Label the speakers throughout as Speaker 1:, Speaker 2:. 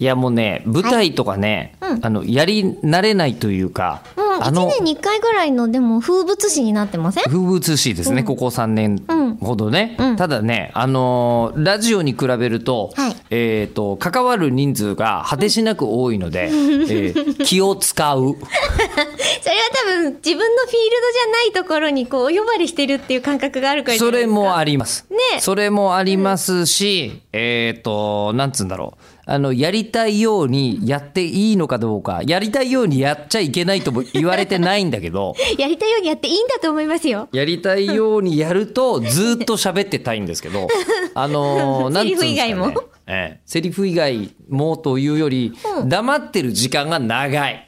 Speaker 1: いやもうね舞台とかね、
Speaker 2: はいうん
Speaker 1: あのやり慣れないというか、
Speaker 2: もう
Speaker 1: あ
Speaker 2: 1
Speaker 1: の
Speaker 2: 年に1回ぐらいのでも風物詩になってません
Speaker 1: 風物詩ですね、ここ3年
Speaker 2: うん
Speaker 1: ほどね、
Speaker 2: うん
Speaker 1: ただね、あのーラジオに比べると,、
Speaker 2: はい
Speaker 1: えー、と関わる人数が果てしなく多いので、えー気を使 う
Speaker 2: それは多分自分のフィールドじゃないところにこうお呼ばれしてるっていう感覚があるからじゃ
Speaker 1: そ
Speaker 2: ないで
Speaker 1: れ
Speaker 2: すか
Speaker 1: もあります、
Speaker 2: ね
Speaker 1: それもありますし、えっ、となんつうんだろうあのやりたいようにやっていいのかどうかやりたいようにやっちゃいけないとも言われてないんだけ ど。
Speaker 2: やりたいようにやっていいんだと思いますよ
Speaker 1: やりたいようにやる とずーっと喋ってたいんですけど、あのー、なんつうんですかね
Speaker 2: セリフ以外も
Speaker 1: ええ、セリフ以外もというより、
Speaker 2: うん
Speaker 1: 黙ってる時間が長い。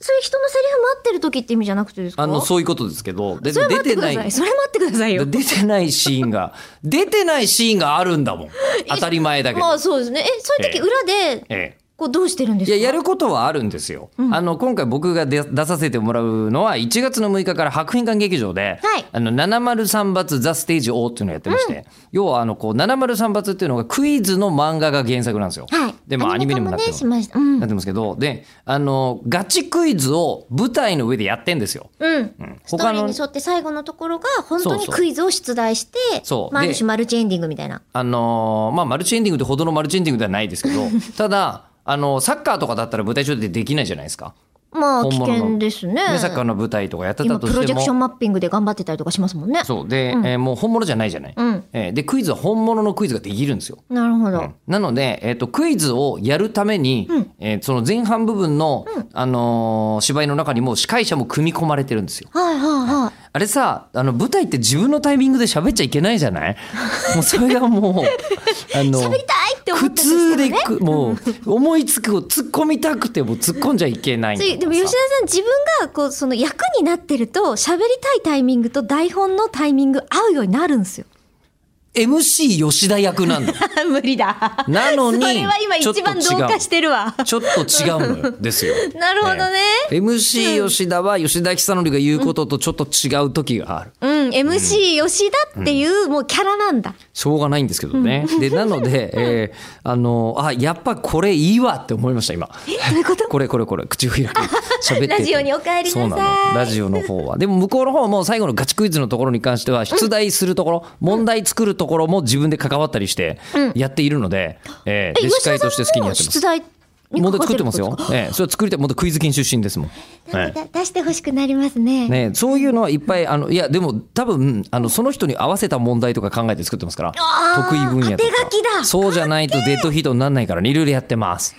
Speaker 2: それ人のセリフ待ってる時って意味じゃなくてですか
Speaker 1: あの、そういうことですけど、で
Speaker 2: それ
Speaker 1: 出
Speaker 2: 待って
Speaker 1: て
Speaker 2: くだ
Speaker 1: な
Speaker 2: さい
Speaker 1: い。
Speaker 2: それ待ってくださいよ
Speaker 1: 出てないシーンが、出てないシーンがあるん だもん。当たり前だけど。
Speaker 2: まあそうですねえそういう時
Speaker 1: ええ
Speaker 2: 裏で
Speaker 1: ええ
Speaker 2: こうどうしてるんで
Speaker 1: い
Speaker 2: すか
Speaker 1: ややることはあるんですよ、あの今回僕が出出させてもらうのは1月の6日から白品館劇場で「
Speaker 2: はい
Speaker 1: あの703罰ザステージ O」っていうのをやってまして、要はあのこう703罰っていうのがクイズの漫画が原作なんですよ、
Speaker 2: はい
Speaker 1: でもアニメにもなって
Speaker 2: ね
Speaker 1: ます
Speaker 2: しましたうん
Speaker 1: なってますけどであのガチクイズを舞台の上でやってんですよ
Speaker 2: うん、ストー
Speaker 1: 他
Speaker 2: リー
Speaker 1: の
Speaker 2: に沿って最後のところが本当
Speaker 1: そう
Speaker 2: に
Speaker 1: そう
Speaker 2: クイズを出題して
Speaker 1: そう
Speaker 2: まあ、あ
Speaker 1: で
Speaker 2: る種マルチエンディングみたいな
Speaker 1: あのーまあ、マルチエンディングってほどのマルチエンディングではないですけ どただあのサッカーとかだったら舞台上でできないじゃないですか、
Speaker 2: まあ
Speaker 1: 本
Speaker 2: 危
Speaker 1: 物の
Speaker 2: 険ですね
Speaker 1: ねサッカーの舞台とかやってた
Speaker 2: 今
Speaker 1: とし
Speaker 2: プ
Speaker 1: ても
Speaker 2: ロジェクションマッピングで頑張ってたりとかしますもんね
Speaker 1: そうで、えーもう本物じゃないじゃない、
Speaker 2: うん
Speaker 1: えーでクイズは本物のクイズができるんですよ。
Speaker 2: なるほど、
Speaker 1: なので、えー、とクイズをやるために、えーその前半部分の、あのー芝居の中にも司会者も組み込まれてるんですよ。
Speaker 2: はいはいはい
Speaker 1: あれさあの舞台って自分のタイミングで喋っちゃいけないじゃ ないもうそれがもうあの
Speaker 2: 喋りたいって思
Speaker 1: 苦
Speaker 2: ってるん
Speaker 1: 痛
Speaker 2: ですけ
Speaker 1: で
Speaker 2: どね
Speaker 1: くもう思いつくを突っ込みたくても突っ込んじゃいけないんだ
Speaker 2: つ
Speaker 1: から
Speaker 2: い
Speaker 1: さ
Speaker 2: でも吉田さん自分がこうその役になってると喋りたいタイミングと台本のタイミング合うようになるん ですよ
Speaker 1: MC 吉田役なんだ
Speaker 2: 無理だ
Speaker 1: なのに
Speaker 2: それは今一番
Speaker 1: ちょっと違う
Speaker 2: 同化してるわ
Speaker 1: ちょっと違うのよですよ。
Speaker 2: なるほどね
Speaker 1: ええ MC 吉田は吉田久典が言うこととちょっと違う時がある。
Speaker 2: うん MC 吉田っていうもうキャラなんだ
Speaker 1: しょうがないんですけどね。で、なので、えーあの、あ、やっぱこれいいわって思いました、今。
Speaker 2: どういうこと
Speaker 1: これこれこれ、口を開く。喋ってて。
Speaker 2: ラジオにお帰りなさい
Speaker 1: そうなの。ラジオの方は。でも向こうの方も最後のガチクイズのところに関しては、出題するところ、問題作るところも自分で関わったりして、やっているので、えーで、司会として好きにやってま
Speaker 2: 吉
Speaker 1: す。
Speaker 2: 田さんも出題に
Speaker 1: 問題
Speaker 2: 関わ
Speaker 1: 作って
Speaker 2: る
Speaker 1: ますよ。ええそれは作りたい。もクイズ研出身ですもん。
Speaker 2: なんか出してほしくなりますね
Speaker 1: ね、そういうのはいっぱいあのいやでも多分あのその人に合わせた問題とか考えて作ってますから
Speaker 2: あー
Speaker 1: 得意分野とか
Speaker 2: 当て書きだ
Speaker 1: そうじゃないとデッドヒートにならないからねいろいろやってます